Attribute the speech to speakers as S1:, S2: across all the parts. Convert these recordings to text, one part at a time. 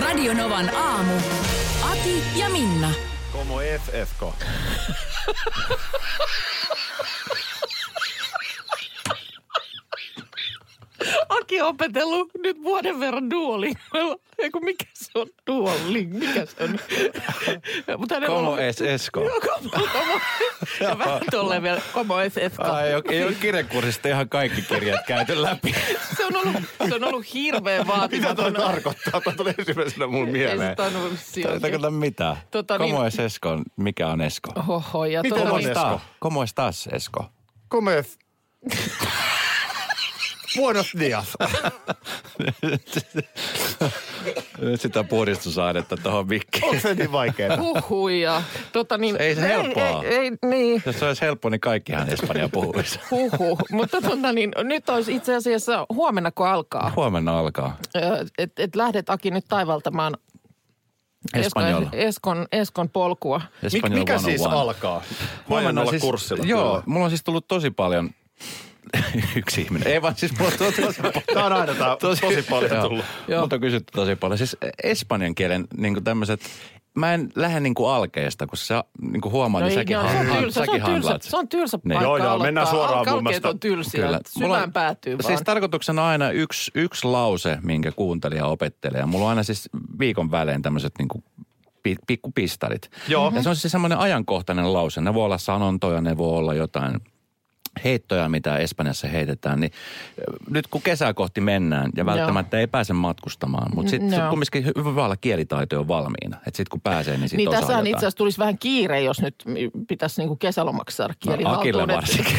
S1: Radionovan aamu. Ati ja Minna.
S2: Como es Esko?
S3: Aki on opetellut nyt vuoden verran duolingolla. Eiku, mikä se on duoling? Mikä se on? Mutta hänellä
S2: Como
S3: on-
S2: es Esko?
S3: Joo, komo, komo. Ja vähän tolleen vielä, komo es esko.
S2: Ai, ei, ole, ei ole kirjekurssista ihan kaikki kirjat käyty läpi.
S3: Se on ollut, se on ollut hirveän vaatimaton.
S2: tarkoittaa? Tämä tuli ensimmäisenä mun
S3: Ei se tainnut
S2: Ei tarkoita mitään.
S3: Tota
S2: Komo
S3: niin-
S2: es Esko, on- mikä on Esko?
S3: Hoho, ja
S4: Miten
S3: tota
S4: on
S3: niin-
S4: Esko?
S2: Taas. Komo es taas Esko?
S4: ¿Cómo es? Buenos días.
S2: Nyt sitä puhdistusainetta tuohon mikkiin.
S4: Onko se niin vaikeaa?
S3: Huhuja. Tota niin,
S2: Ei se helppoa.
S3: Ei, ei, niin.
S2: Jos se olisi helppo, niin kaikkihan Espanja puhuisi.
S3: Huhu. Mutta tota niin, nyt olisi itse asiassa huomenna, kun alkaa.
S2: Huomenna alkaa.
S3: että et lähdet Aki nyt taivaltamaan
S2: Espanjol.
S3: Eskon, Eskon, Eskon polkua.
S4: Mik,
S2: Espanjol
S4: mikä siis
S2: 101.
S4: alkaa?
S2: Huomenna
S4: olla
S2: siis,
S4: kurssilla.
S2: Joo,
S4: kyllä.
S2: mulla on siis tullut tosi paljon yksi ihminen. Ei vaan siis mulla on tullut tosi paljon.
S4: Tää on aina tää Tota, tosi paljon
S2: joo,
S4: tullut.
S2: Joo. Mutta on kysytty tosi paljon. Siis espanjan kielen niin tämmöiset, mä en lähde niin kuin alkeesta, kun sä niin kuin huomaat, niin säkin,
S3: joo,
S2: han,
S3: se No on
S2: han,
S3: tylsä, se
S2: säkin
S3: on tylsä,
S2: handlaat. sen.
S3: se on tylsä
S2: Niin.
S3: paikka
S4: Joo, joo,
S3: aloittaa.
S4: mennään suoraan mun
S3: Alkeet
S4: mielestä.
S3: on tylsiä, Kyllä.
S2: Mulla
S3: syvään päätyy vaan.
S2: Siis tarkoituksena on aina yksi, yksi lause, minkä kuuntelija opettelee. Mulla on aina siis viikon välein tämmöiset niin kuin pikkupistarit.
S4: Joo.
S2: Ja se on siis semmoinen ajankohtainen lause. Ne voi olla sanontoja, ne voi olla jotain heittoja, mitä Espanjassa heitetään, niin ö, nyt kun kesää kohti mennään ja välttämättä ei pääse matkustamaan, mutta sitten
S3: Joo.
S2: sit kumminkin hy- hyvä olla kielitaito on valmiina. Että sitten kun pääsee, niin sitten
S3: Niin
S2: osaa
S3: tässä
S2: jotain.
S3: itse asiassa tulisi vähän kiire, jos nyt mm, pitäisi niinku kesälomaksi saada
S2: No, Akille
S3: kielihaltuun. Et-
S2: varsinkin.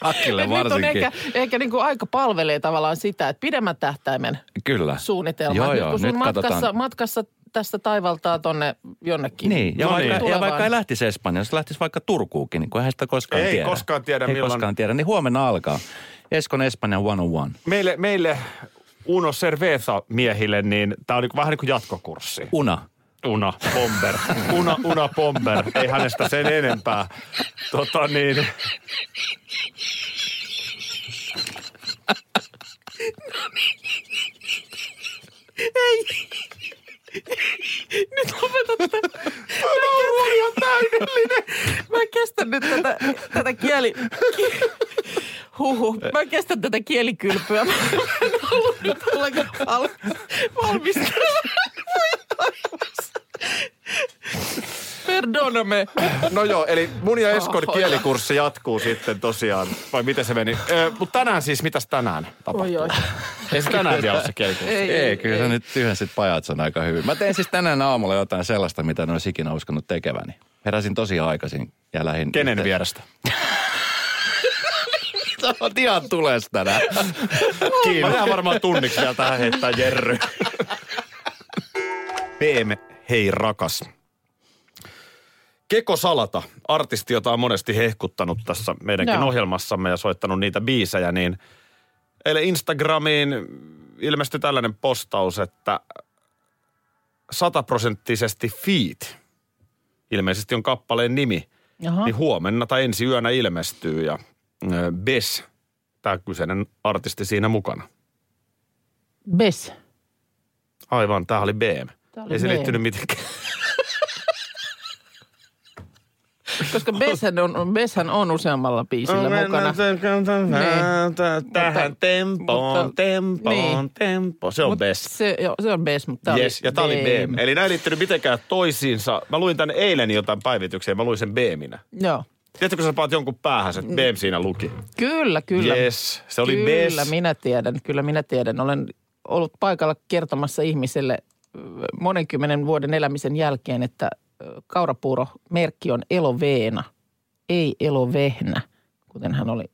S2: Akille
S3: et Nyt on
S2: varsinkin.
S3: ehkä, ehkä niinku aika palvelee tavallaan sitä, että pidemmän tähtäimen
S2: Kyllä.
S3: suunnitelma.
S2: Joo,
S3: Et
S2: joo,
S3: nyt kun sun
S2: nyt
S3: matkassa,
S2: katsotaan.
S3: matkassa tästä taivaltaa tonne jonnekin.
S2: Niin, ja,
S4: No
S2: vaikka,
S3: niin.
S2: ja vaikka ei lähtisi Espanjaan, jos lähtisi vaikka Turkuukin, niin kun eihän sitä koskaan
S4: Ei
S2: tiedä.
S4: koskaan tiedä,
S2: ei
S4: milloin-
S2: koskaan tiedä, niin huomenna alkaa. Eskon Espanja 101.
S4: Meille, meille Uno Cerveza miehille, niin tää on niinku, vähän niin kuin jatkokurssi.
S2: Una.
S4: Una Bomber. Una, una Bomber. Ei hänestä sen enempää. Tota niin.
S3: Nyt lopeta tätä. Nauru on täydellinen. Mä en kestä nyt tätä, tätä kieli... Ki... Huhu. Mä en kestä tätä kielikylpyä. Mä en ollut nyt ollenkaan al... valmis. Perdoname.
S4: No joo, eli mun ja Eskon
S3: Oho.
S4: kielikurssi jatkuu sitten tosiaan. Vai miten se meni? Ö, Mutta tänään siis, mitäs tänään
S3: Oi,
S4: tapahtuu?
S3: oi.
S4: Ei se tänään vielä ole se kielikurssi.
S3: Ei,
S2: Ei, kyllä sä nyt tyhjensit pajat sen aika hyvin. Mä tein siis tänään aamulla jotain sellaista, mitä en olisi ikinä uskonut tekeväni. Heräsin tosi aikaisin ja lähdin...
S4: Kenen
S2: yhteen-
S4: vierestä?
S2: Sä oot ihan tules tänään.
S4: Kiinni. Mä jään varmaan tunniksi vielä tähän heittää Jerry. PM, hei rakas. Keko Salata, artisti, jota on monesti hehkuttanut tässä meidänkin
S3: Joo.
S4: ohjelmassamme ja soittanut niitä biisejä, niin eilen Instagramiin ilmestyi tällainen postaus, että sataprosenttisesti feat, ilmeisesti on kappaleen nimi,
S3: Jaha.
S4: niin huomenna tai ensi yönä ilmestyy ja ö, Bes, tämä kyseinen artisti siinä mukana.
S3: Bes.
S4: Aivan, tämä oli BM.
S3: Tää oli
S4: Ei se
S3: BM.
S4: liittynyt mitenkään.
S3: Koska Beshän on, Beshän on useammalla biisillä mukana. Niin. Mutta- mutta- niin.
S4: tempoon. Se on
S3: Mut
S4: best.
S3: Se, joo, se on Bes, mutta tää
S4: Yes,
S3: oli E.
S4: ja tämä oli BM.
S3: BM.
S4: Eli nämä ei liittynyt mitenkään toisiinsa. Mä luin tän eilen jotain päivityksiä, mä luin sen BMinä.
S3: Joo.
S4: Tiedätkö, kun sä paat jonkun päähän, että BM siinä luki.
S3: Kyllä, Mm. kyllä.
S4: Yes, se oli
S3: Kyllä,
S4: best.
S3: minä tiedän, kyllä minä tiedän. Olen ollut paikalla kertomassa ihmiselle ö, monenkymmenen vuoden elämisen jälkeen, että ö, kaurapuuro-merkki on eloveena, ei elovehnä, kuten hän oli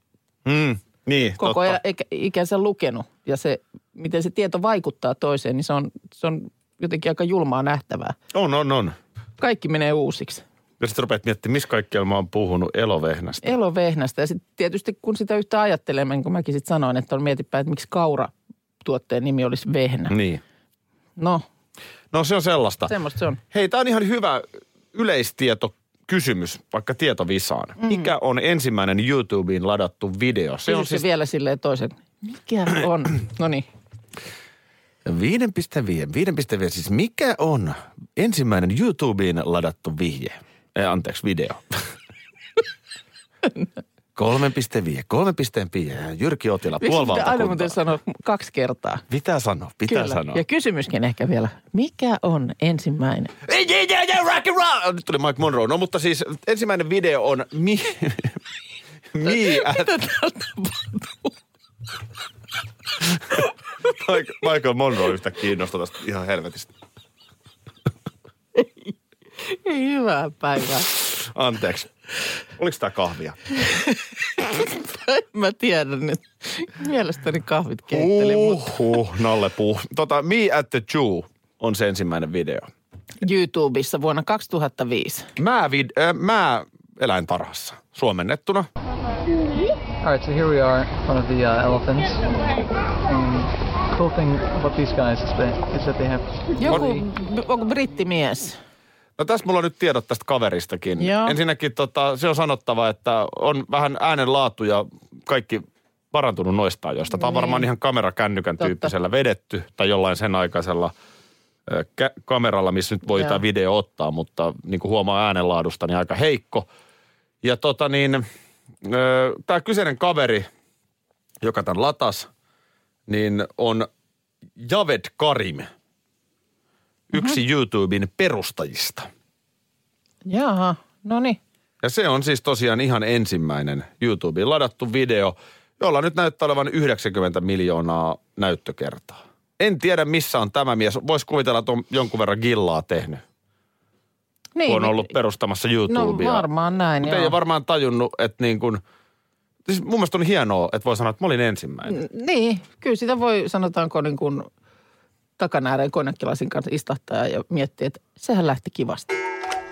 S4: Mm, niin,
S3: koko
S4: totta.
S3: elä, ikä- ikänsä lukenut. Ja se miten se tieto vaikuttaa toiseen, niin se on, se on jotenkin aika julmaa nähtävää.
S4: On, on, on.
S3: Kaikki menee uusiksi.
S4: Ja sitten rupeat miettimään, missä kaikkialla mä oon puhunut elovehnästä.
S3: Elovehnästä. Ja sitten tietysti kun sitä yhtä ajattelen, niin kun mäkin sitten sanoin, että on mietipä, että miksi kaura tuotteen nimi olisi vehnä.
S4: Niin.
S3: No,
S4: No se on sellaista.
S3: E- semmoista se on.
S4: Hei, tämä on ihan hyvä yleistieto kysymys, vaikka tietovisaan. Mm. Mikä on ensimmäinen YouTubeen ladattu video?
S3: Se on siis... vielä silleen toisen. Mikä on? No niin.
S4: 5,5. 5,5. Siis mikä on ensimmäinen YouTubeen ladattu vihje? Ei, anteeksi, video. 3,5. 3,5. Jyrki Otila,
S3: aina
S4: puolivaltakunta.
S3: muuten sanoa kaksi kertaa?
S4: Pitää sanoa, pitää
S3: Kyllä.
S4: sanoa.
S3: Ja kysymyskin ehkä vielä. Mikä on ensimmäinen?
S4: Ei, ei, ei, ei, rock and roll! Nyt tuli Mike Monroe. No mutta siis ensimmäinen video on Mi... Mi... at- Mike- Michael Monroe yhtä kiinnostaa tästä ihan helvetistä.
S3: Ei hyvää päivää.
S4: Anteeksi. Oliko tää kahvia?
S3: En mä tiedän nyt. Mielestäni kahvit keitteli, mutta
S4: Uhuh, Nalle Puh. Tota, Me at the Jew on se ensimmäinen video.
S3: YouTubessa vuonna 2005.
S4: Mä, vid- äh, mä eläintarhassa, suomennettuna.
S5: All right, so here we are, in front of the uh, elephants. And cool thing about these guys is that, is that they have
S3: Joku, onko brittimies?
S4: No tässä mulla on nyt tiedot tästä kaveristakin.
S3: Joo.
S4: Ensinnäkin tota, se on sanottava, että on vähän äänenlaatu ja kaikki parantunut noista ajoista. Tämä on varmaan ihan kamerakännykän
S3: Niin. Totta.
S4: tyyppisellä vedetty tai jollain sen aikaisella ö, kä- kameralla, missä nyt voi
S3: Joo.
S4: tämä video ottaa, mutta niin kuin huomaa äänenlaadusta, niin aika heikko. Ja tota niin, tämä kyseinen kaveri, joka tämän latas, niin on Javed Karim, yksi
S3: Mhm.
S4: YouTuben perustajista.
S3: Jaha, no niin.
S4: Ja se on siis tosiaan ihan ensimmäinen YouTubeen ladattu video, jolla nyt näyttää olevan 90 miljoonaa näyttökertaa. En tiedä, missä on tämä mies. Voisi kuvitella, että on jonkun verran gillaa tehnyt,
S3: niin
S4: kun on ollut perustamassa
S3: No
S4: YouTubea.
S3: varmaan näin,
S4: Mutta ei ole varmaan tajunnut, että niin kuin... Siis mun mielestä on hienoa, että voi sanoa, että mä olin ensimmäinen.
S3: Niin, kyllä sitä voi sanotaanko niin kuin takanääreen konjakkilasin kanssa istahtaa ja miettiä, että sehän lähti kivasti.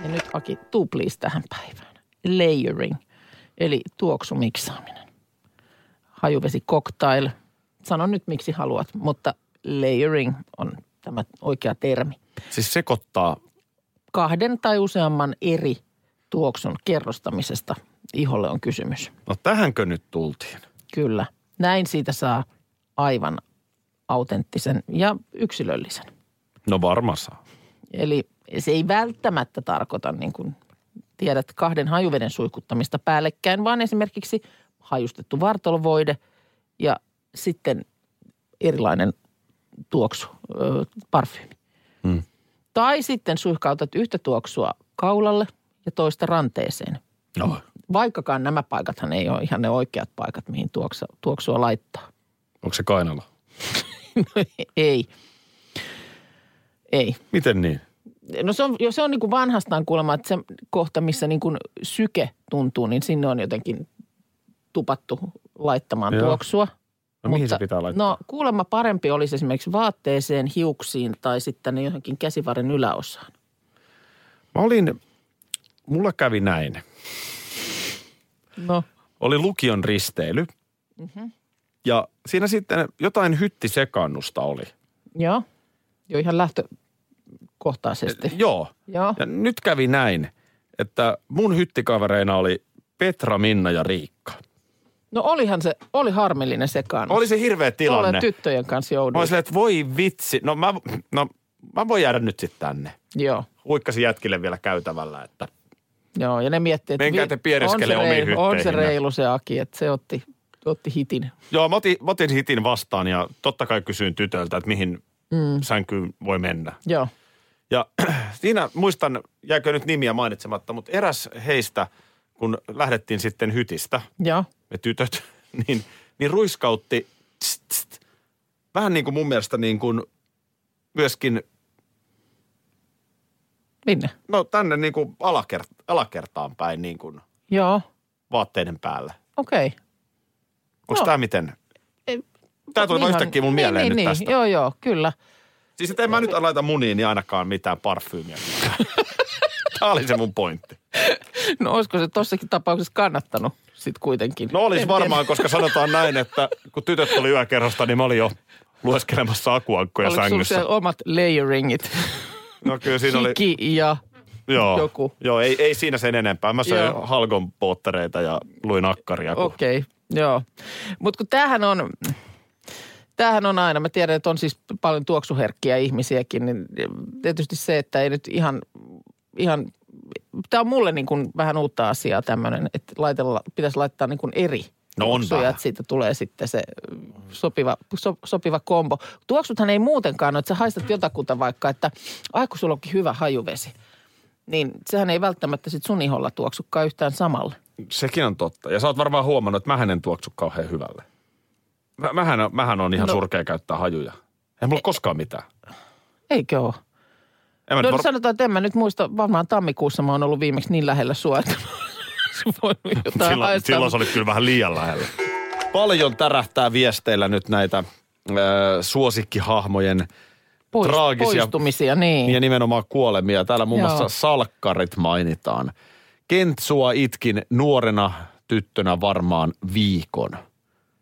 S3: Ja nyt Aki, tuu please tähän päivään. Layering, eli tuoksumiksaaminen. Hajuvesi cocktail. Sano nyt miksi haluat, mutta layering on tämä oikea termi.
S4: Siis sekoittaa.
S3: Kahden tai useamman eri tuoksun kerrostamisesta iholle on kysymys.
S4: No tähänkö nyt tultiin?
S3: Kyllä. Näin siitä saa aivan autenttisen ja yksilöllisen.
S4: No varmaan saa.
S3: Eli se ei välttämättä tarkoita niin kuin tiedät kahden hajuveden suihkuttamista päällekkäin, vaan esimerkiksi hajustettu vartalovoide ja sitten erilainen tuoksu, ö, parfyymi. Tai sitten suihkautat yhtä tuoksua kaulalle ja toista ranteeseen.
S4: No.
S3: Vaikkakaan nämä paikathan ei ole ihan ne oikeat paikat, mihin tuoksa, tuoksua laittaa.
S4: Onko se kainalla?
S3: ei. Ei.
S4: Miten niin?
S3: No se on, jo se on niin kuin vanhastaan kuulemma, että se kohta, missä niin kuin syke tuntuu, niin sinne on jotenkin tupattu laittamaan
S4: Joo.
S3: Joo. tuoksua.
S4: No mihin se pitää laittaa?
S3: No kuulemma parempi olisi esimerkiksi vaatteeseen, hiuksiin tai sitten johonkin käsivarren yläosaan.
S4: Mä olin... Mulla kävi näin.
S3: No.
S4: oli lukion risteily. Mm-hmm. Ja siinä sitten jotain hyttisekaannusta oli.
S3: Joo. Jo ihan lähtökohtaisesti.
S4: Joo.
S3: Joo.
S4: Ja nyt kävi näin, että mun hyttikavereina oli Petra, Minna ja Riikka.
S3: No olihan se, oli harmillinen sekaan.
S4: Oli se hirveä tilanne.
S3: tyttöjen kanssa
S4: Mä olin
S3: jouduin.
S4: silleen, että voi vitsi. No mä, no mä voin jäädä nyt sitten tänne.
S3: Joo.
S4: Huikkasin jätkille vielä käytävällä, että
S3: Joo, ja ne miettii, että
S4: Menkää
S3: vi-
S4: te piereskele
S3: on se
S4: omiin
S3: reilu, On se
S4: hytteihinne.
S3: reilu se Aki, että se otti, otti hitin.
S4: Joo, mä otin, mä otin hitin vastaan ja totta kai kysyin tytöltä, että mihin mm. sänkyyn voi mennä.
S3: Joo.
S4: Ja siinä muistan, jääkö nyt nimiä mainitsematta, mutta eräs heistä, kun lähdettiin sitten hytistä,
S3: Joo.
S4: me tytöt, niin, niin ruiskautti tst, tst, vähän niin kuin mun mielestä niin kuin myöskin,
S3: Minne?
S4: no tänne niin kuin alakert, alakertaan päin niin kuin
S3: Joo.
S4: vaatteiden päällä.
S3: Okei.
S4: Onko
S3: No.
S4: tämä miten?
S3: Okay.
S4: Tää tuli vaan
S3: Ihan-
S4: yhtäkkiä mun mieleen
S3: niin,
S4: nyt
S3: niin,
S4: tästä.
S3: Joo, joo, kyllä.
S4: Siis et en mä nyt laita muniin niin ainakaan mitään parfyymiä. Tämä oli se mun pointti.
S3: No olisiko se tossakin tapauksessa kannattanut sitten kuitenkin?
S4: No
S3: En
S4: olisi
S3: tiedä.
S4: varmaan, koska sanotaan näin, että kun tytöt oli yökerhosta, niin mä olin jo lueskelemassa akuankkoja
S3: Oliko sulla
S4: sängyssä.
S3: siellä omat layeringit?
S4: No kyllä siinä oli...
S3: Hiki ja...
S4: Joo,
S3: joku.
S4: joo ei, ei siinä sen enempää. Mä söin
S3: Joo.
S4: halgon poottereita ja luin akkaria. kun-
S3: Okei, okay, joo. Mutta kun tämähän on, tämähän on aina, mä tiedän, että on siis paljon tuoksuherkkiä ihmisiäkin, niin tietysti se, että ei nyt ihan, ihan tämä on mulle niin kuin vähän uutta asiaa tämmöinen, että laitella, pitäisi laittaa niin kuin eri
S4: No on
S3: tuoksuja,
S4: vähän.
S3: että siitä tulee sitten se mm, sopiva, so, sopiva kombo. Tuoksuthan ei muutenkaan ole, että sä haistat jotakuta vaikka, että ai kun sulla onkin hyvä hajuvesi, niin sehän ei välttämättä sit sun iholla tuoksukaan yhtään samalle.
S4: Sekin on totta. Ja sä oot varmaan huomannut, että mähän en tuoksu kauhean hyvälle. Mä, mähän, on- mähän on ihan no.
S3: No. E-
S4: surkea käyttää hajuja. Ei mulla koskaan mitään.
S3: Eikö ole?
S4: En mä
S3: No
S4: nyt var...
S3: sanotaan, että en mä nyt muista, varmaan tammikuussa mä oon ollut viimeksi niin lähellä sua, että mä olisin voinut jotain
S4: silloin,
S3: haistaa.
S4: silloin se oli kyllä vähän liian lähellä. Paljon tärähtää viesteillä nyt näitä ö, suosikkihahmojen
S3: Pois-
S4: traagisia-
S3: Poistumisia, niin.
S4: ja nimenomaan kuolemia. Täällä muun
S3: Joo.
S4: muassa salkkarit mainitaan. Kentsua itkin nuorena tyttönä varmaan viikon.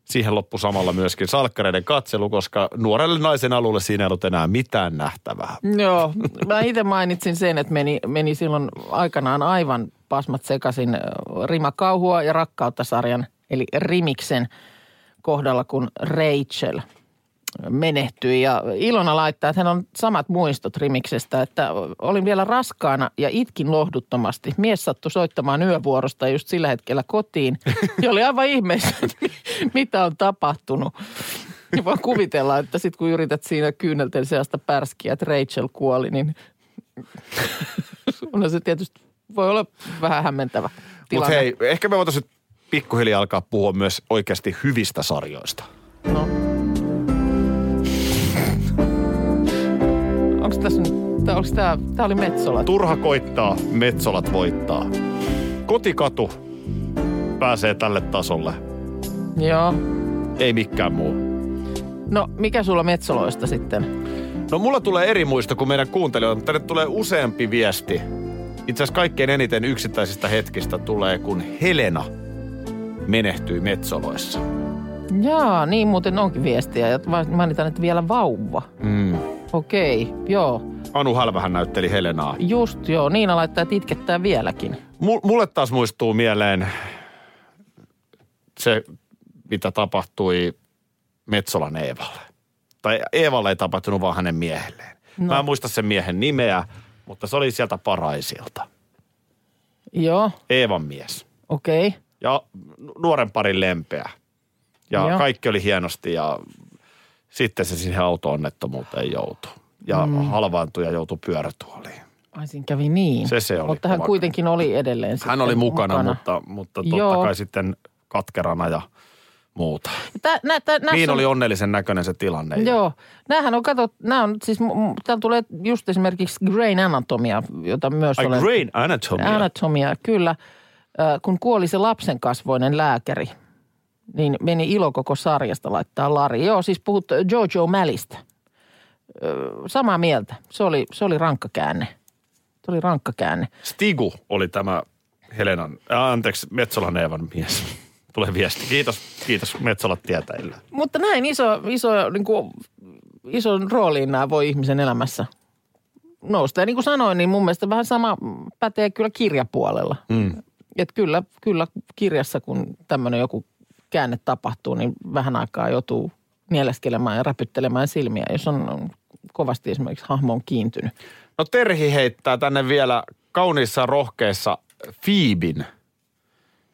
S4: Siihen loppu samalla myöskin salkkareiden katselu, koska nuorelle naisen alulle siinä ei ollut enää mitään nähtävää.
S3: Joo, mä itse mainitsin sen, että meni, meni silloin aikanaan aivan pasmat sekaisin äh, Rima Kauhua ja Rakkautta-sarjan, eli Rimiksen kohdalla, kun Rachel menehtyi. Ja Ilona laittaa, että hän on samat muistot Rimiksestä, että olin vielä raskaana ja itkin lohduttomasti. Mies sattui soittamaan yövuorosta just sillä hetkellä kotiin ja oli aivan ihmeessä, että mitä on tapahtunut. Ja vaan kuvitella, että sitten kun yrität siinä kyynelten seasta pärskiä, että Rachel kuoli, niin on se tietysti voi olla vähän hämmentävä
S4: Mutta
S3: tilanne.
S4: hei, ehkä me voitaisiin nyt pikkuhiljaa alkaa puhua myös oikeasti hyvistä sarjoista.
S3: No. Onko tässä nyt, tää, onks tää, tää oli Metsola?
S4: Turha koittaa, Metsolat voittaa. Kotikatu pääsee tälle tasolle,
S3: Joo.
S4: ei mikään muu.
S3: No, mikä sulla Metsoloista sitten?
S4: No mulla tulee eri muisto kuin meidän kuuntelijoilta, mutta tänne tulee useampi viesti. Itse asiassa kaikkein eniten yksittäisistä hetkistä tulee, kun Helena menehtyi metsoloissa.
S3: Jaa, niin muuten onkin viestiä. Ja va- mainitaan, että vielä vauva.
S4: Mm.
S3: Okei, joo.
S4: Anu Hälvähän näytteli Helenaa.
S3: Just joo, Niina laittaa, että itkettää vieläkin.
S4: M- mulle taas muistuu mieleen se, mitä tapahtui Metsolan Eevalle. Tai Eevalle ei tapahtunut, vaan hänen miehelleen. No. Mä en muista sen miehen nimeä, mutta se oli sieltä paraisilta.
S3: Joo,
S4: Eevan mies.
S3: okei.
S4: ja nu- nuoren parin lempeä. Ja Joo.
S3: Joo.
S4: kaikki oli hienosti ja sitten se siihen auto-onnettomuuteen joutui. Ja mm. halvaantui ja joutui pyörätuoliin.
S3: Ai siinä kävi niin.
S4: Se se oli
S3: Mutta hän
S4: kova.
S3: kuitenkin oli edelleen sitten
S4: Hän oli mukana, mukana. mutta, mutta totta
S3: Joo.
S4: kai sitten katkerana ja muuta.
S3: Tää, nä, tää, näissä
S4: niin
S3: on-
S4: oli onnellisen näköinen se tilanne. ja-
S3: Joo. Nämähän on, kato, nämä on siis, m- m- täällä tulee just esimerkiksi Grain Anatomia, jota myös
S4: Ai
S3: olen...
S4: Grain Anatomia.
S3: Anatomia, kyllä. Ö, kun kuoli se lapsen kasvoinen lääkäri, niin meni ilo koko sarjasta laittaa Lari. Joo, siis puhut Jojo Mälistä. Ö, samaa mieltä. Se oli, se oli rankka käänne. Se oli rankka käänne.
S4: Stigu oli tämä Helenan, äh, anteeksi, Metsolan Eevan mies. Tulee viesti. Kiitos, kiitos Metsolat tietäjille.
S3: Mutta näin iso, iso, niin kuin, ison rooliin nämä voi ihmisen elämässä nousta. Ja niin kuin sanoin, niin mun mielestä vähän sama pätee kyllä kirjapuolella. Mm. Et kyllä, kyllä kirjassa, kun tämmöinen joku käänne tapahtuu, niin vähän aikaa joutuu nieleskelemään ja räpyttelemään silmiä, jos on on kovasti esimerkiksi hahmoon kiintynyt.
S4: No Terhi heittää tänne vielä kauniissa rohkeissa Fiibin,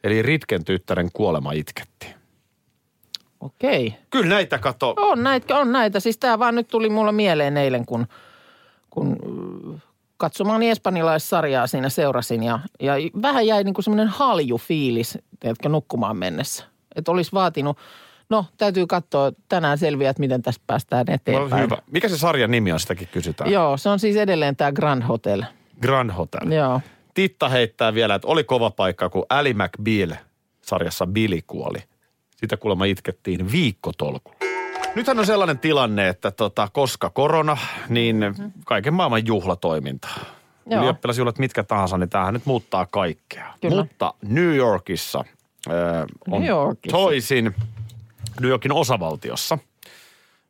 S4: eli Ritken tyttären kuolema itketti.
S3: Okei.
S4: Kyllä näitä kato.
S3: On näitä, on näitä. Siis tämä vaan nyt tuli mulla mieleen eilen, kun, kun äh, katsomaan espanjalaissarjaa siinä seurasin. Ja, ja vähän jäi niinku semmoinen halju fiilis, tiedätkö, nukkumaan mennessä. Että olisi vaatinut, no täytyy katsoa tänään selviää, että miten tästä päästään
S4: No,
S3: eteenpäin.
S4: hyvä. Mikä se sarjan nimi on, sitäkin kysytään.
S3: Joo, se on siis edelleen tämä Grand Hotel.
S4: Grand Hotel.
S3: Joo.
S4: Titta heittää vielä, että oli kova paikka, kun Ali McBeal sarjassa Billy kuoli. Sitä kuulemma itkettiin viikkotolkulla. Nythän on sellainen tilanne, että tota, koska korona, niin kaiken maailman juhlatoiminta.
S3: Mhm. Joo.
S4: Ylioppilasjuhlat mitkä tahansa, niin tämähän nyt muuttaa kaikkea.
S3: Kyllä.
S4: Mutta New Yorkissa, äh, on
S3: New Yorkissa.
S4: toisin, New Yorkin osavaltiossa,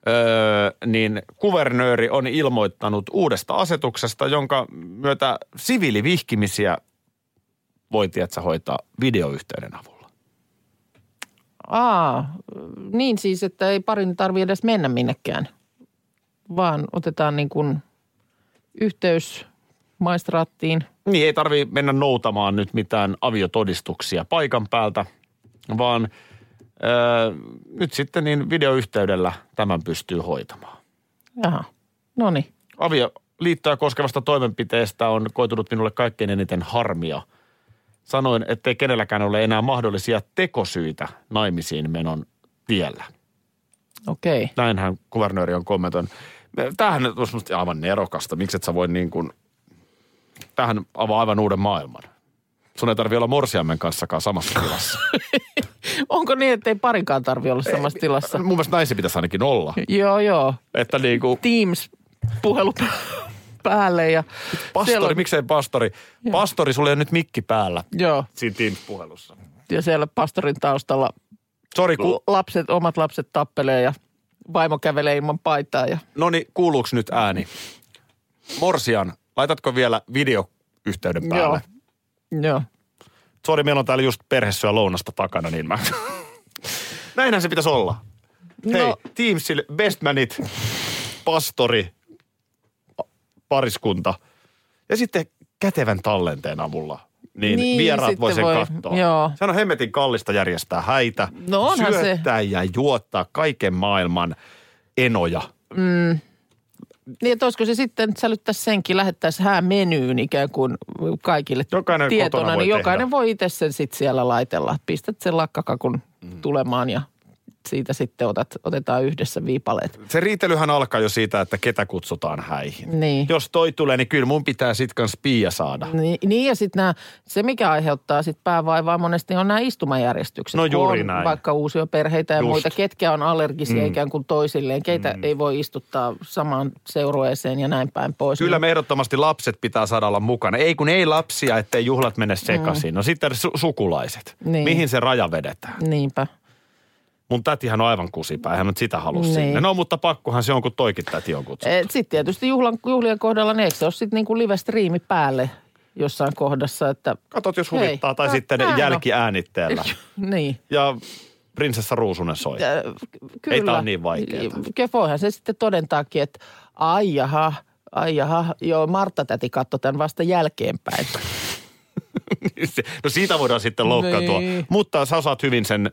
S4: öö, niin kuvernööri on ilmoittanut uudesta asetuksesta, jonka myötä siviilivihkimisiä voi tietsä hoitaa videoyhteyden avulla.
S3: Aa, niin siis, että ei parin tarvi edes mennä minnekään, vaan otetaan niin kuin yhteys maistraattiin.
S4: Niin ei tarvii mennä noutamaan nyt mitään aviotodistuksia paikan päältä, vaan öö, nyt sitten niin videoyhteydellä tämän pystyy hoitamaan.
S3: Jaha, no niin.
S4: Avioliittoa koskevasta toimenpiteestä on koitunut minulle kaikkein eniten harmia. Sanoin, ettei kenelläkään ole enää mahdollisia tekosyitä naimisiin menon tiellä.
S3: Okei. Okay.
S4: Näinhän kuvernööri on kommentoinut. Tämähän on semmoista aivan nerokasta. Miksi et sä voi niin kuin, tämähän avaa aivan uuden maailman. Sun ei tarvi olla morsiamen kanssakaan samassa tilassa.
S3: Onko niin, että ei parinkaan tarvi olla samassa tilassa?
S4: Mun mielestä näin se pitäisi ainakin olla.
S3: Joo, joo.
S4: Että niin kuin,
S3: Teams-puhelu päälle ja... siellä
S4: pastori,
S3: on-
S4: miksei pastori? Pastori, sulla ei ole nyt mikki päällä
S3: Joo,
S4: siinä Teams-puhelussa.
S3: ja siellä pastorin taustalla
S4: Sori, ku,
S3: l- lapset, omat lapset tappelee ja vaimo kävelee ilman paitaa ja...
S4: No niin, kuuluuko nyt ääni? Morsian, laitatko vielä videoyhteyden päälle? Joo.
S3: Joo, joo.
S4: Sori, meillä on täällä just perhesyä lounasta takana, niin mä... Näinhän se pitäisi olla. No. Hei,
S3: No.
S4: Teamsille bestmanit, pastori, a- pariskunta ja sitten kätevän tallenteen avulla. Niin,
S3: Niin,
S4: niin vieraat
S3: sitten
S4: voi sen
S3: voi-
S4: katsoa.
S3: joo.
S4: Sehän on hemmetin kallista järjestää häitä,
S3: No onhan se.
S4: syöttää ja juottaa kaiken maailman enoja.
S3: Niin, että olisiko se sitten, että sälyttäisi senkin, lähettäisiin hää menyyn ikään kuin kaikille
S4: Jokainen
S3: tietona,
S4: kotona voi
S3: niin jokainen
S4: tehdä.
S3: voi itse sen sitten siellä laitella. Pistät sen lakkakakun mm. tulemaan ja siitä sitten otat, otetaan yhdessä viipaleet.
S4: se riitelyhän alkaa jo siitä, että ketä kutsutaan häihin.
S3: Niin.
S4: Jos toi tulee, niin kyllä mun pitää sit kans piia saada.
S3: Niin, niin ja sitten se, mikä aiheuttaa sit päävaivaa monesti, on nämä istumajärjestykset.
S4: No
S3: kun
S4: juuri
S3: on
S4: näin.
S3: Vaikka uusia perheitä ja
S4: Just.
S3: Just. muita, ketkä on allergisia mm. ikään kuin toisilleen, keitä mm. ei voi istuttaa samaan seurueeseen ja näin päin pois.
S4: Kyllä
S3: Niin-
S4: me ehdottomasti lapset pitää saada olla mukana. Ei kun ei lapsia, ettei juhlat mene sekaisin. No sitten su- sukulaiset.
S3: Mm. Niin.
S4: Mihin se raja vedetään?
S3: Niinpä.
S4: Mun tätihän on aivan kusipää, hän nyt sitä halus
S3: Niin. Eh,
S4: sinne. No mutta pakkohan se on, kun toikin täti on kutsuttu.
S3: Sitten tietysti juhlan, juhlien kohdalla, niin eikö se ole sitten niinku live-striimi päälle jossain kohdassa, että
S4: Katot, jos
S3: Hei.
S4: huvittaa, tai
S3: No,
S4: sitten
S3: näin on.
S4: jälkiäänitteellä.
S3: niin.
S4: Ja prinsessa Ruusunen soi.
S3: Ja, kyllä.
S4: tää ole niin vaikeeta.
S3: Ke- Voihan se sitten todentaakin, että ai jaha, ai jaha, joo Martta täti katsoi tämän vasta jälkeenpäin.
S4: Se- No siitä voidaan sitten loukkaantua.
S3: Niin.
S4: Mutta sä osaat hyvin sen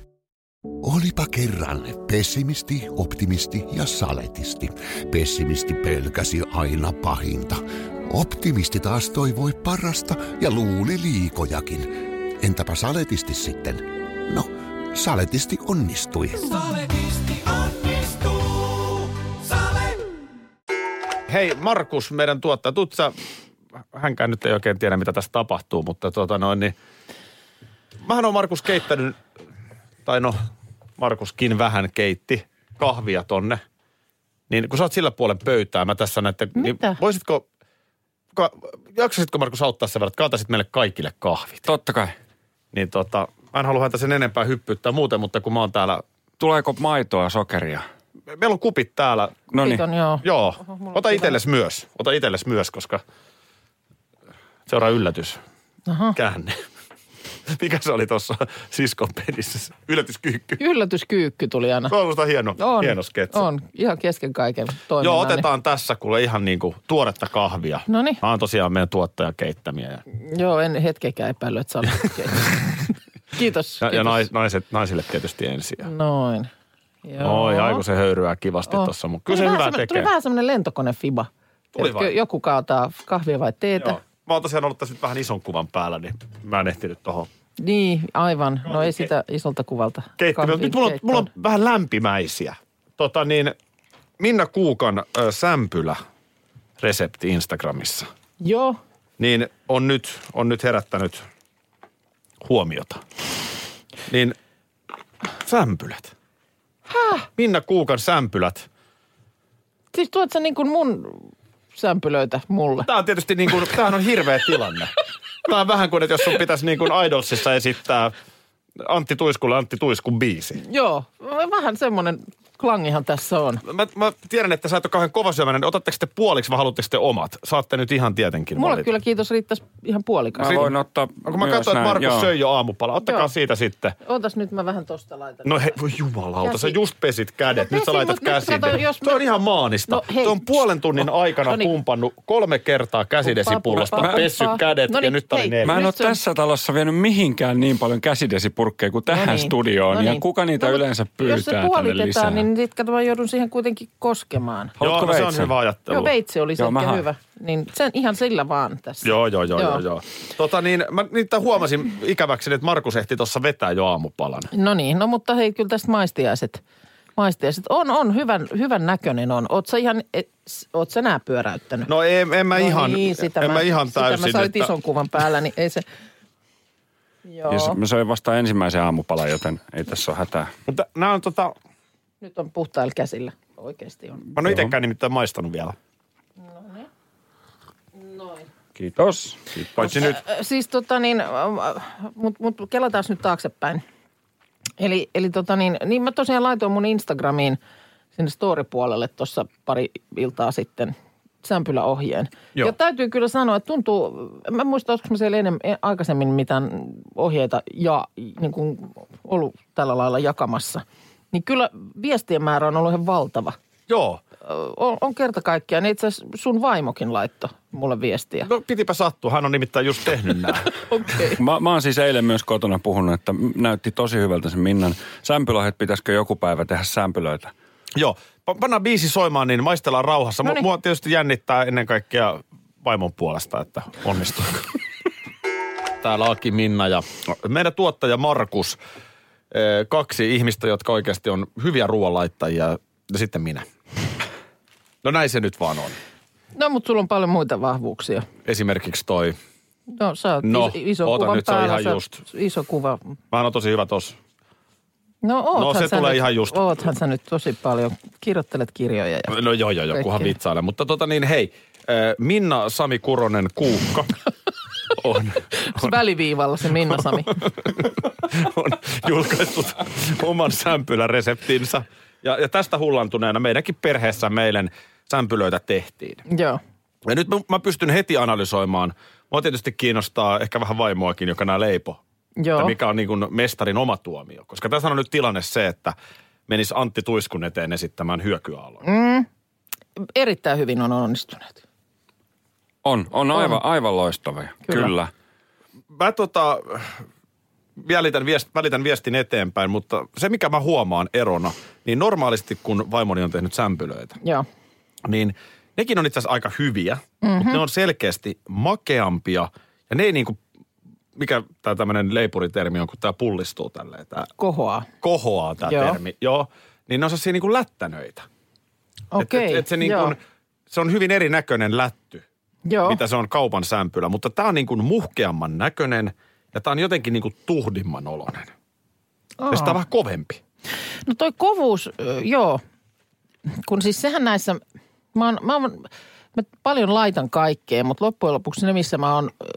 S6: Olipa kerran pessimisti, optimisti ja saletisti. Pessimisti pelkäsi aina pahinta. Optimisti taas toivoi parasta ja luuli liikojakin. Entäpä saletisti sitten? No, saletisti onnistui.
S4: Hei Markus, meidän tuottaja, tuut sä, hänkään nyt ei oikein tiedä mitä tässä tapahtuu, mutta tota noin niin. Mähän on Markus keittänyt, tai no Markuskin vähän keitti kahvia tonne. Niin kun sä oot sillä puolen pöytää, mä tässä näette, niin
S3: Mitä?
S4: voisitko, ka, jaksasitko Markus auttaa sen verran, että kaataisit meille kaikille kahvit?
S2: Totta kai.
S4: Niin tota, mä en halua häntä sen enempää hyppyttää muuten, mutta kun mä oon täällä,
S2: Tuleeko maitoa, sokeria?
S4: me- meillä on kupit täällä.
S2: No niin.
S3: Kiitos, joo.
S4: Joo, ota itsellesi myös, ota itsellesi myös, koska Seuraa yllätys.
S3: Aha.
S4: Käänne. Mikä se oli tuossa siskon pelissä? Yllätyskyykky.
S3: Yllätyskyykky tuli aina.
S4: Se on musta hieno,
S3: On,
S4: hieno sketsi.
S3: on. Ihan kesken kaiken toiminnan.
S4: Joo, otetaan tässä kuule ihan niinku tuoretta kahvia.
S3: Noniin.
S4: Mä oon tosiaan meidän tuottaja keittämiä. Ja,
S3: Niin. Joo, en hetkeäkään epäillyt, että sä olit Kiitos.
S4: ja, ja
S3: kiitos.
S4: nais, naiset, naisille tietysti ensin. Ja.
S3: Noin. Joo.
S4: Oi, aiku se höyryää kivasti
S3: On.
S4: tuossa, mutta kyllä
S3: Tuli
S4: se
S3: vähän
S4: hyvää
S3: semmonen-
S4: tekee.
S3: Tuli vähän semmoinen lentokonefiba.
S4: Tuli
S3: Tiedätkö,
S4: vai?
S3: Joku kaataa kahvia vai teetä.
S4: Joo. Mä oon tosiaan ollut tässä nyt vähän ison kuvan päällä, niin mä en ehtinyt tohon
S3: Niin, aivan. No ei sitä isolta kuvalta.
S4: keittiöön.
S3: Kahvin
S4: Nyt mulla on,
S3: keittoon.
S4: mulla on vähän lämpimäisiä. Tota niin, Minna Kuukan ö, sämpylä resepti Instagramissa,
S3: Joo.
S4: niin on nyt, on nyt herättänyt huomiota. Niin sämpylät. Häh? Minna Kuukan sämpylät.
S3: Siis tuot sä niin kuin mun sämpylöitä mulle.
S4: Tämä on tietysti niin kuin, tämähän on hirveä tilanne. Tämä on vähän kuin, että jos sun pitäisi niin kuin Idolsissa esittää Antti Tuiskulle Antti Tuiskun biisi.
S3: Joo, vähän semmoinen klangihan tässä on.
S4: Mä, mä tiedän, että sä et ole kauhean kovasyömäinen. niin Otatteko te puoliksi vai haluatteko te omat? Saatte nyt ihan tietenkin
S3: Mulle
S4: valita.
S3: kyllä kiitos riittäisi ihan puolikas.
S4: Sit-
S7: Mä voin ottaa
S4: No, kun mä
S7: myös
S4: katsoin, että
S7: näin,
S4: Markus
S7: joo.
S4: söi jo aamupala. Ottakaa
S3: Joo.
S4: siitä sitten.
S3: Ootas nyt mä vähän tosta laitan.
S4: No he, voi jumalauta, sä
S3: Käsi.
S4: just pesit kädet.
S3: No
S4: nyt sä
S3: pesin,
S4: laitat
S3: mut nyt
S4: käsin.
S3: kato, jos
S4: Se on
S3: mä-
S4: ihan maanista.
S3: No hei.
S4: Se on puolen tunnin aikana
S3: No niin.
S4: pumpannut kolme kertaa käsidesipullosta.
S3: Pumppaa, pumppaa,
S4: Pessy
S3: pumppaa.
S4: kädet
S3: No
S4: ja
S3: niin,
S4: nyt tää oli
S3: hei.
S4: neljä.
S7: Mä en
S3: Nyt
S7: ole
S3: se on-
S7: tässä talossa vienyt mihinkään niin paljon käsidesipurkkeja kuin tähän
S3: No
S7: studioon.
S3: no
S7: ja kuka niitä
S3: mut
S7: yleensä
S3: Jos se
S7: pyytää tänne lisää?
S3: puolitetaan, niin sit kato mä joudun siihen kuitenkin koskemaan.
S4: Joo,
S7: Haluatko
S4: no se on
S7: veitsen?
S4: hyvä ajattelu.
S3: Joo, veitsi oli se
S7: Joo,
S3: ehkä
S7: mähän-
S3: hyvä. Niin sen ihan sillä vaan tässä.
S4: Joo, joo, joo, joo,
S3: Joo.
S4: joo. Tota niin, mä niitä huomasin ikäväksi, että Markus ehti tuossa vetää jo aamupalan.
S3: No niin, no mutta hei, kyllä tästä maistiaiset. Maistiaiset. On, on, hyvän, hyvän näköinen on. Oot sä ihan, et, s- oot sä nää pyöräyttänyt?
S4: No en, en mä
S3: No
S4: ihan,
S3: niin, sitä
S4: en mä,
S3: mä
S4: ihan täysin.
S3: Sitä mä sait ison kuvan päällä, niin ei se... Joo,
S7: Ja se- mä söin vasta ensimmäisen aamupalan, joten ei tässä ole hätää.
S4: Mutta nämä on tota,
S3: nyt on puhtailla käsillä. Oikeesti on.
S4: mä en ole itsekään nimittäin maistanut vielä.
S3: Noin.
S7: Kiitos.
S4: Paitsi nyt.
S3: Siis tota niin, mutta mut kelataan nyt taaksepäin. Eli, eli tota niin, niin mä tosiaan laitoin mun Instagramiin sinne story-puolelle tuossa pari iltaa sitten sämpyläohjeen.
S4: Joo.
S3: Joo. Ja täytyy kyllä sanoa, että tuntuu, mä en muista, olisiko mä siellä enem, e- aikaisemmin mitään ohjeita ja niin kuin ollut tällä lailla jakamassa. Niin kyllä viestien määrä on ollut ihan valtava.
S4: Joo.
S3: Ö, On, on kerta kaikkiaan. Itse asiassa sun vaimokin laittoi mulle viestiä.
S4: No pitipä sattua, hän on nimittäin just tehnyt nämä.
S3: Okei.
S7: Mä, mä oon siis eilen myös kotona puhunut, että m- näytti tosi hyvältä se Minnan sämpylä, että pitäisikö joku päivä tehdä sämpylöitä.
S4: Joo. Pa- Panna biisi soimaan, niin maistellaan rauhassa. Mu-
S3: Noniin.
S4: Mua tietysti jännittää ennen kaikkea vaimon puolesta, että onnistuuko. Täällä Aki Minna ja meidän tuottaja Markus. Ee, Kaksi ihmistä, jotka oikeasti on hyviä ruoanlaittajia ja sitten minä. No näin se nyt vaan on.
S3: No, mutta sulla on paljon muita vahvuuksia.
S4: Esimerkiksi toi.
S3: No, sä oot
S4: No,
S3: no, iso
S4: oota
S3: kuvan
S4: nyt, se on
S3: päällä,
S4: ihan
S3: sä oot
S4: just.
S3: Iso kuva.
S4: Mä oon tosi hyvä tossa.
S3: No, oothan
S4: se
S3: sä
S4: tulee
S3: nyt,
S4: ihan just.
S3: Oothan sä nyt tosi paljon. Kirjoittelet kirjoja ja...
S4: No joo, joo, joo, kunhan
S3: Kaikkea.
S4: vitsailen. Mutta tota niin, hei. ee, Minna Sami Kuronen Kuukka on
S3: Väliviivalla se Minna Sami.
S4: on julkaissut oman sämpyläreseptinsä. Ja, ja tästä hullantuneena meidänkin perheessä meidän sämpylöitä tehtiin.
S3: Joo.
S4: Ja nyt mä, mä pystyn heti analysoimaan. Mua tietysti kiinnostaa ehkä vähän vaimoakin, joka nämä leipo. Että
S3: Joo.
S4: mikä on niin kuin mestarin oma tuomio. Koska tässä on nyt tilanne se, että menisi Antti Tuiskun eteen esittämään hyökyaalon. Mm.
S3: Erittäin hyvin on onnistuneet.
S7: On, on aivan, aivan loistavia.
S3: Kyllä.
S7: Kyllä. Kyllä.
S4: Mä tota, välitän, viest, välitän viestin eteenpäin, mutta se mikä mä huomaan erona, niin normaalisti kun vaimoni on tehnyt sämpylöitä,
S3: Joo.
S4: niin nekin on itse asiassa aika hyviä, mm-hmm.
S3: Mhm.
S4: mutta ne on selkeästi makeampia ja ne ei niinku, mikä tämä tämmöinen leipuritermi on, kun tämä pullistuu tälleen, tämä
S3: Kohoaa.
S4: kohoaa tämä
S3: Joo.
S4: termi, joo, niin ne on sellaisia niinku lättänöitä.
S3: Okei.
S4: Et, et, et se,
S3: joo.
S4: niinku, se on hyvin erinäköinen lätty,
S3: joo.
S4: mitä se on kaupan sämpylä, mutta tämä on niinku muhkeamman näköinen ja tämä on jotenkin niinku tuhdimman oloinen. Ja sitä on vähän kovempi.
S3: No toi kovuus, ö, joo. Kun siis sehän näissä, mä, oon, mä, oon, mä paljon laitan kaikkea, mutta loppujen lopuksi ne, missä mä oon, ö,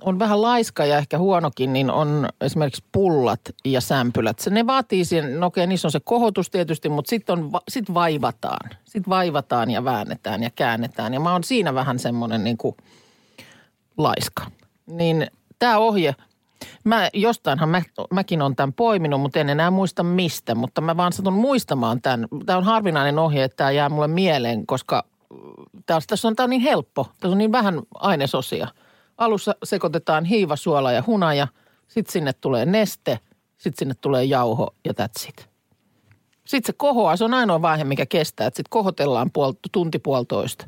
S3: on vähän laiska ja ehkä huonokin, niin on esimerkiksi pullat ja sämpylät. Se, ne vaatii siihen, no okei, niissä on se kohotus tietysti, mutta sitten sit vaivataan. niinku Sitten vaivataan ja väännetään ja käännetään. Ja mä oon siinä vähän semmoinen niin kuin laiska. Niin tämä ohje, mä, jostainhan mä, mäkin on tämän poiminut, mutta en enää muista mistä, mutta mä vaan satun muistamaan tämän. Tämä on harvinainen ohje, että tämä jää mulle mieleen, koska tässä, tässä on, tämä on niin helppo. Tässä on niin vähän ainesosia. Alussa sekoitetaan hiiva, suola ja hunaja, sitten sinne tulee neste, sitten sinne tulee jauho ja that's it. Sitten se kohoaa, se on ainoa vaihe, mikä kestää, että sitten kohotellaan puol- tunti puolitoista.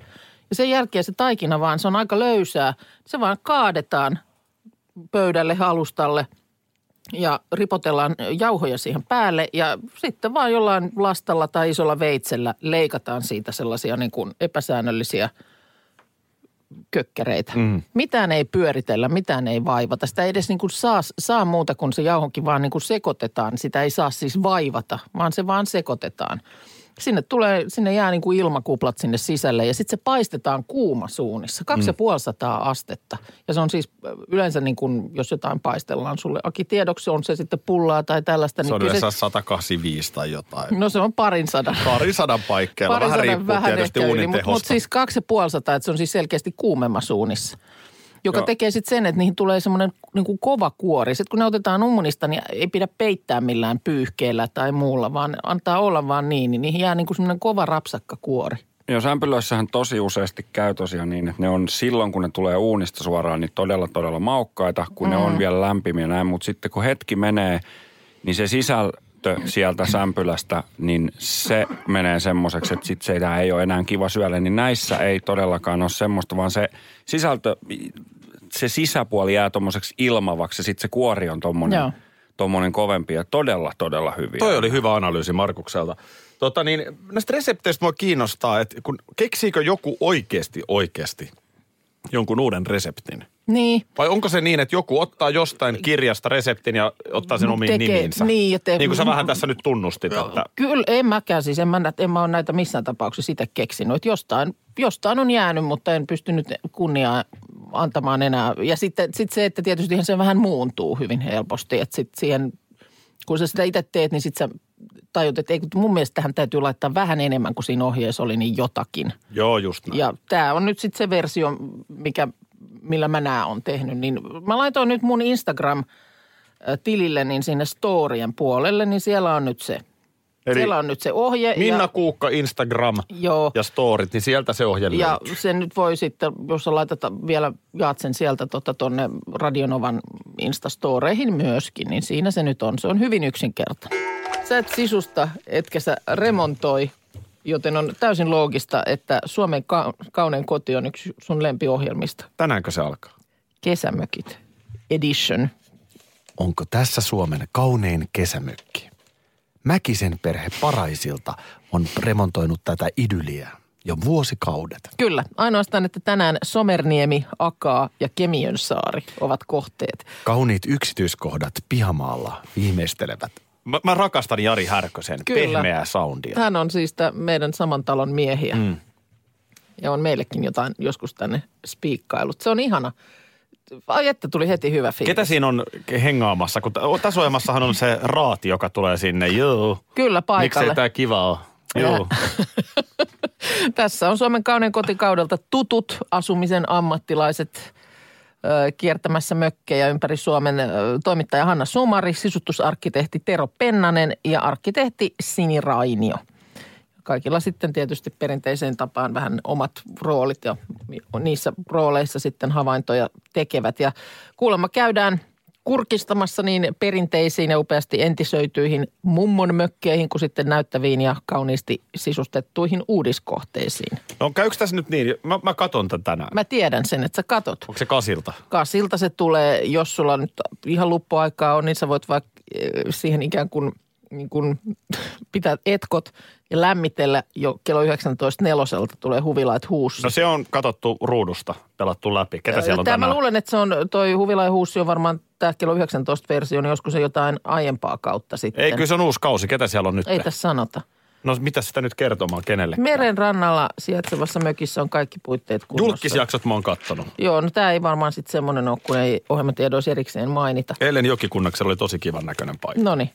S3: Ja sen jälkeen se taikina vaan, se on aika löysää, se vaan kaadetaan pöydälle, halustalle ja ripotellaan jauhoja siihen päälle ja sitten vaan jollain lastalla tai isolla veitsellä leikataan siitä sellaisia niin kuin epäsäännöllisiä kökkäreitä. Mm. Mitään ei pyöritellä, mitään ei vaivata. Sitä ei edes niin kuin saa, saa muuta, kun se jauhonkin vaan niin kuin sekoitetaan. Sitä ei saa siis vaivata, vaan se vaan sekoitetaan. Sinne, tulee, sinne jää niin kuin ilmakuplat sinne sisälle ja sitten se paistetaan kuumasuunnissa, 2500 mm. astetta. Ja se on siis yleensä niin kuin, jos jotain paistellaan sulle, Aki tiedoksi on se sitten pullaa tai tällaista.
S4: Se
S3: niin
S4: on
S3: kyllä
S4: yleensä 185 tai jotain.
S3: No se on parin sadan.
S4: Parin sadan paikkeilla. Vähän riippuu tietysti
S3: yli, mutta, mutta
S4: uunitehosta.
S3: siis 2500, että se on siis selkeästi kuumemmasuunnissa. Joka
S4: Joo.
S3: Joo. tekee sitten sen, että niihin tulee semmoinen niin kuin kova kuori. Sitten kun ne otetaan uunista, niin ei pidä peittää millään pyyhkeellä tai muulla, vaan antaa olla vaan niin, niin niihin jää niin kuin semmoinen kova rapsakka kuori.
S7: Jos ämpylöissähän tosi useasti käy tosiaan niin, että ne on silloin, kun ne tulee uunista suoraan, niin todella, todella maukkaita, kun mm. ne on vielä lämpimiä näin. Mutta sitten kun hetki menee, niin se sisältö sieltä sämpylästä, niin se menee semmoiseksi, että sitten sitä ei ole enää kiva syödä. Niin näissä ei todellakaan ole semmoista, vaan se sisältö, se sisäpuoli jää tommoseksi ilmavaksi ja sitten se kuori on tommonen,
S3: Joo.
S7: tommonen kovempi ja todella, todella hyviä.
S4: Toi oli hyvä analyysi Markukselta. Tota niin, näistä resepteistä mua kiinnostaa, että kun keksiikö joku oikeasti oikeasti jonkun uuden reseptin?
S3: Niin.
S4: Vai onko se niin, että joku ottaa jostain kirjasta reseptin ja ottaa sen omiin
S3: Tekee-
S4: nimiinsä?
S3: niin, ja te-
S4: niin kuin sä vähän tässä nyt tunnustit, että
S3: Kyllä, en mäkään siis. En mä, nä- en mä ole näitä missään tapauksessa sitä keksinyt. Että Jostain, jostain on jäänyt, mutta en pystynyt kunniaa antamaan enää. Ja sitten sit se, että tietysti se vähän muuntuu hyvin helposti. Että sit siihen, kun sä sitä itse teet, niin sitten sä tajut, että ei, kun mun mielestä tähän täytyy laittaa vähän enemmän kuin siinä ohjeessa oli, niin jotakin.
S4: joo just näin.
S3: Ja tämä on nyt sitten se versio, mikä, millä mä nämä on tehnyt. Niin mä laitoin nyt mun Instagram-tilille niin sinne storien puolelle, niin siellä on nyt se. Eli
S4: Eli
S3: siellä on nyt se ohje.
S4: Minna
S3: ja,
S4: Kuukka, Instagram
S3: joo, ja,
S4: ja storit, niin sieltä se ohje
S3: ja
S4: löytyy.
S3: sen nyt voi sitten, jos sä laitat vielä, jaat sen sieltä tuonne tonne Radionovan Instastoreihin myöskin, niin siinä se nyt on. Se on hyvin yksinkertainen. Sä et sisusta, etkä sä remontoi, joten on täysin loogista, että Suomen ka- kaunein koti on yksi sun lempiohjelmista.
S4: Tänäänkö se alkaa?
S3: Kesämökit edition.
S4: Onko tässä Suomen kaunein kesämökki? Mäkisen perhe Paraisilta on remontoinut tätä idyliä jo vuosikaudet.
S3: Kyllä, ainoastaan, että tänään Somerniemi, Akaa ja Kemiönsaari ovat kohteet.
S4: Kauniit yksityiskohdat pihamaalla viimeistelevät. Mä, mä rakastan Jari Härkösen
S3: Kyllä.
S4: pehmeää soundia.
S3: Hän on siis tä- meidän saman talon miehiä. Mm. Ja on meillekin jotain joskus tänne spiikkailut. Se on ihana. Ai että tuli heti hyvä fiilis.
S4: Ketä siinä on hengaamassa? Kun t- tässä ohjelmassahan on se raati, joka tulee sinne. Joo.
S3: Kyllä paikalle.
S4: Miksei tää kiva ole? Joo.
S3: Tässä on Suomen kaunein kotikaudelta tutut asumisen ammattilaiset ö, kiertämässä mökkejä ympäri Suomen ö, toimittaja Hanna Sumari, sisustusarkkitehti Tero Pennanen ja arkkitehti Sini Rainio. Kaikilla sitten tietysti perinteiseen tapaan vähän omat roolit ja niissä rooleissa sitten havaintoja tekevät. Ja kuulemma käydään kurkistamassa niin perinteisiin ja upeasti entisöityihin mummon mökkeihin kuin sitten näyttäviin ja kauniisti sisustettuihin uudiskohteisiin.
S4: No käykö tässä nyt niin? Mä, mä katon tän tänään.
S3: Mä tiedän sen, että sä katot.
S4: Onko se kasilta?
S3: Kasilta se tulee, jos sulla nyt ihan luppuaikaa on, niin sä voit vaikka eh, siihen ikään kuin, niin kuin pitää etkot ja lämmitellä jo kello 19.4 tulee huvilait huussa.
S4: No se on katottu ruudusta, pelattu läpi. Ketä siellä on
S3: Tämä mä
S4: tänään?
S3: luulen, että se on toi Huvila ja Huussi on varmaan tämä kello 19 versio, niin joskus se jotain aiempaa kautta sitten.
S4: Ei, kyllä se on uusi kausi. Ketä siellä on nyt?
S3: Ei tässä sanota.
S4: No mitä sitä nyt kertomaan kenelle?
S3: Meren rannalla sijaitsevassa mökissä on kaikki puitteet kunnossa.
S4: Julkisjaksot mä oon kattonut.
S3: Joo, no tämä ei varmaan sitten semmoinen ole, kun ei ohjelmatiedoissa erikseen mainita.
S4: Eilen Jokikunnaksella oli tosi kivan näköinen paikka.
S3: No niin.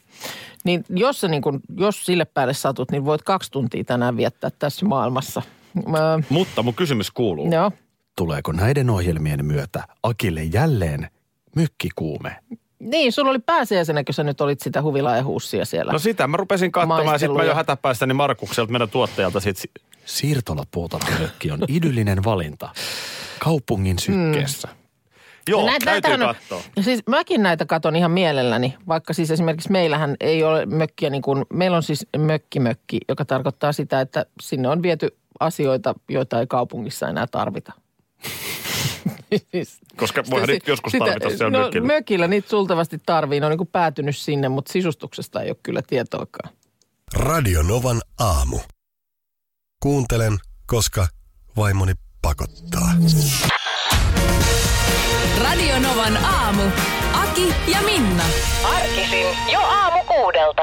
S3: Niin jos, sä niin kun, jos sille päälle satut, niin voit kaksi tuntia tänään viettää tässä maailmassa. Öö,
S4: Mutta mun kysymys kuuluu.
S3: joo.
S4: Tuleeko näiden ohjelmien myötä Akille jälleen mykkikuume?
S3: Niin, sulla oli pääsiäisenä, kun sä nyt olit sitä huvilaa ja huussia siellä.
S8: No sitä mä rupesin katsomaan ja sitten mä
S3: Maisteluja.
S8: jo hätäpäästäni Markukselta meidän tuottajalta sit si-
S4: Siirtolapuutarhamökki on idyllinen valinta kaupungin sykkeessä.
S8: Mm. Joo,
S3: Näitä-
S8: täytyy
S3: näitähän on-
S8: katsoa.
S3: Ja siis mäkin näitä katon ihan mielelläni, vaikka siis esimerkiksi meillähän ei ole mökkiä niin kuin, meillä on siis mökkimökki, joka tarkoittaa sitä, että sinne on viety asioita, joita ei kaupungissa enää tarvita. siis,
S8: Koska voihan
S3: sitä-
S8: niitä joskus
S3: sitä-
S8: tarvita siellä
S3: no,
S8: mökillä.
S3: mökillä niitä sultavasti tarvii, ne on niin kuin päätynyt sinne, mutta sisustuksesta ei ole kyllä tietoakaan.
S9: Radio Novan aamu. Kuuntelen, koska vaimoni pakottaa.
S1: Radio Novan aamu. Aki ja Minna.
S10: Arkisin jo aamu kuudelta.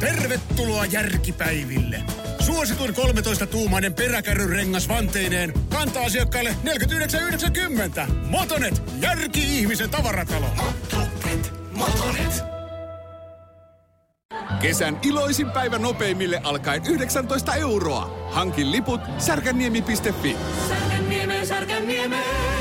S11: Tervetuloa järkipäiville. Suosituin 13-tuumainen peräkärryrengas vanteineen kantaa asiakkaille 49,90. Motonet, järki-ihmisen tavaratalo. Motonet, Motonet.
S12: Kesän iloisin päivä nopeimmille alkaen 19 euroa. Hankin liput särkänniemi.fi.
S10: Särkänniemeen, särkänniemeen.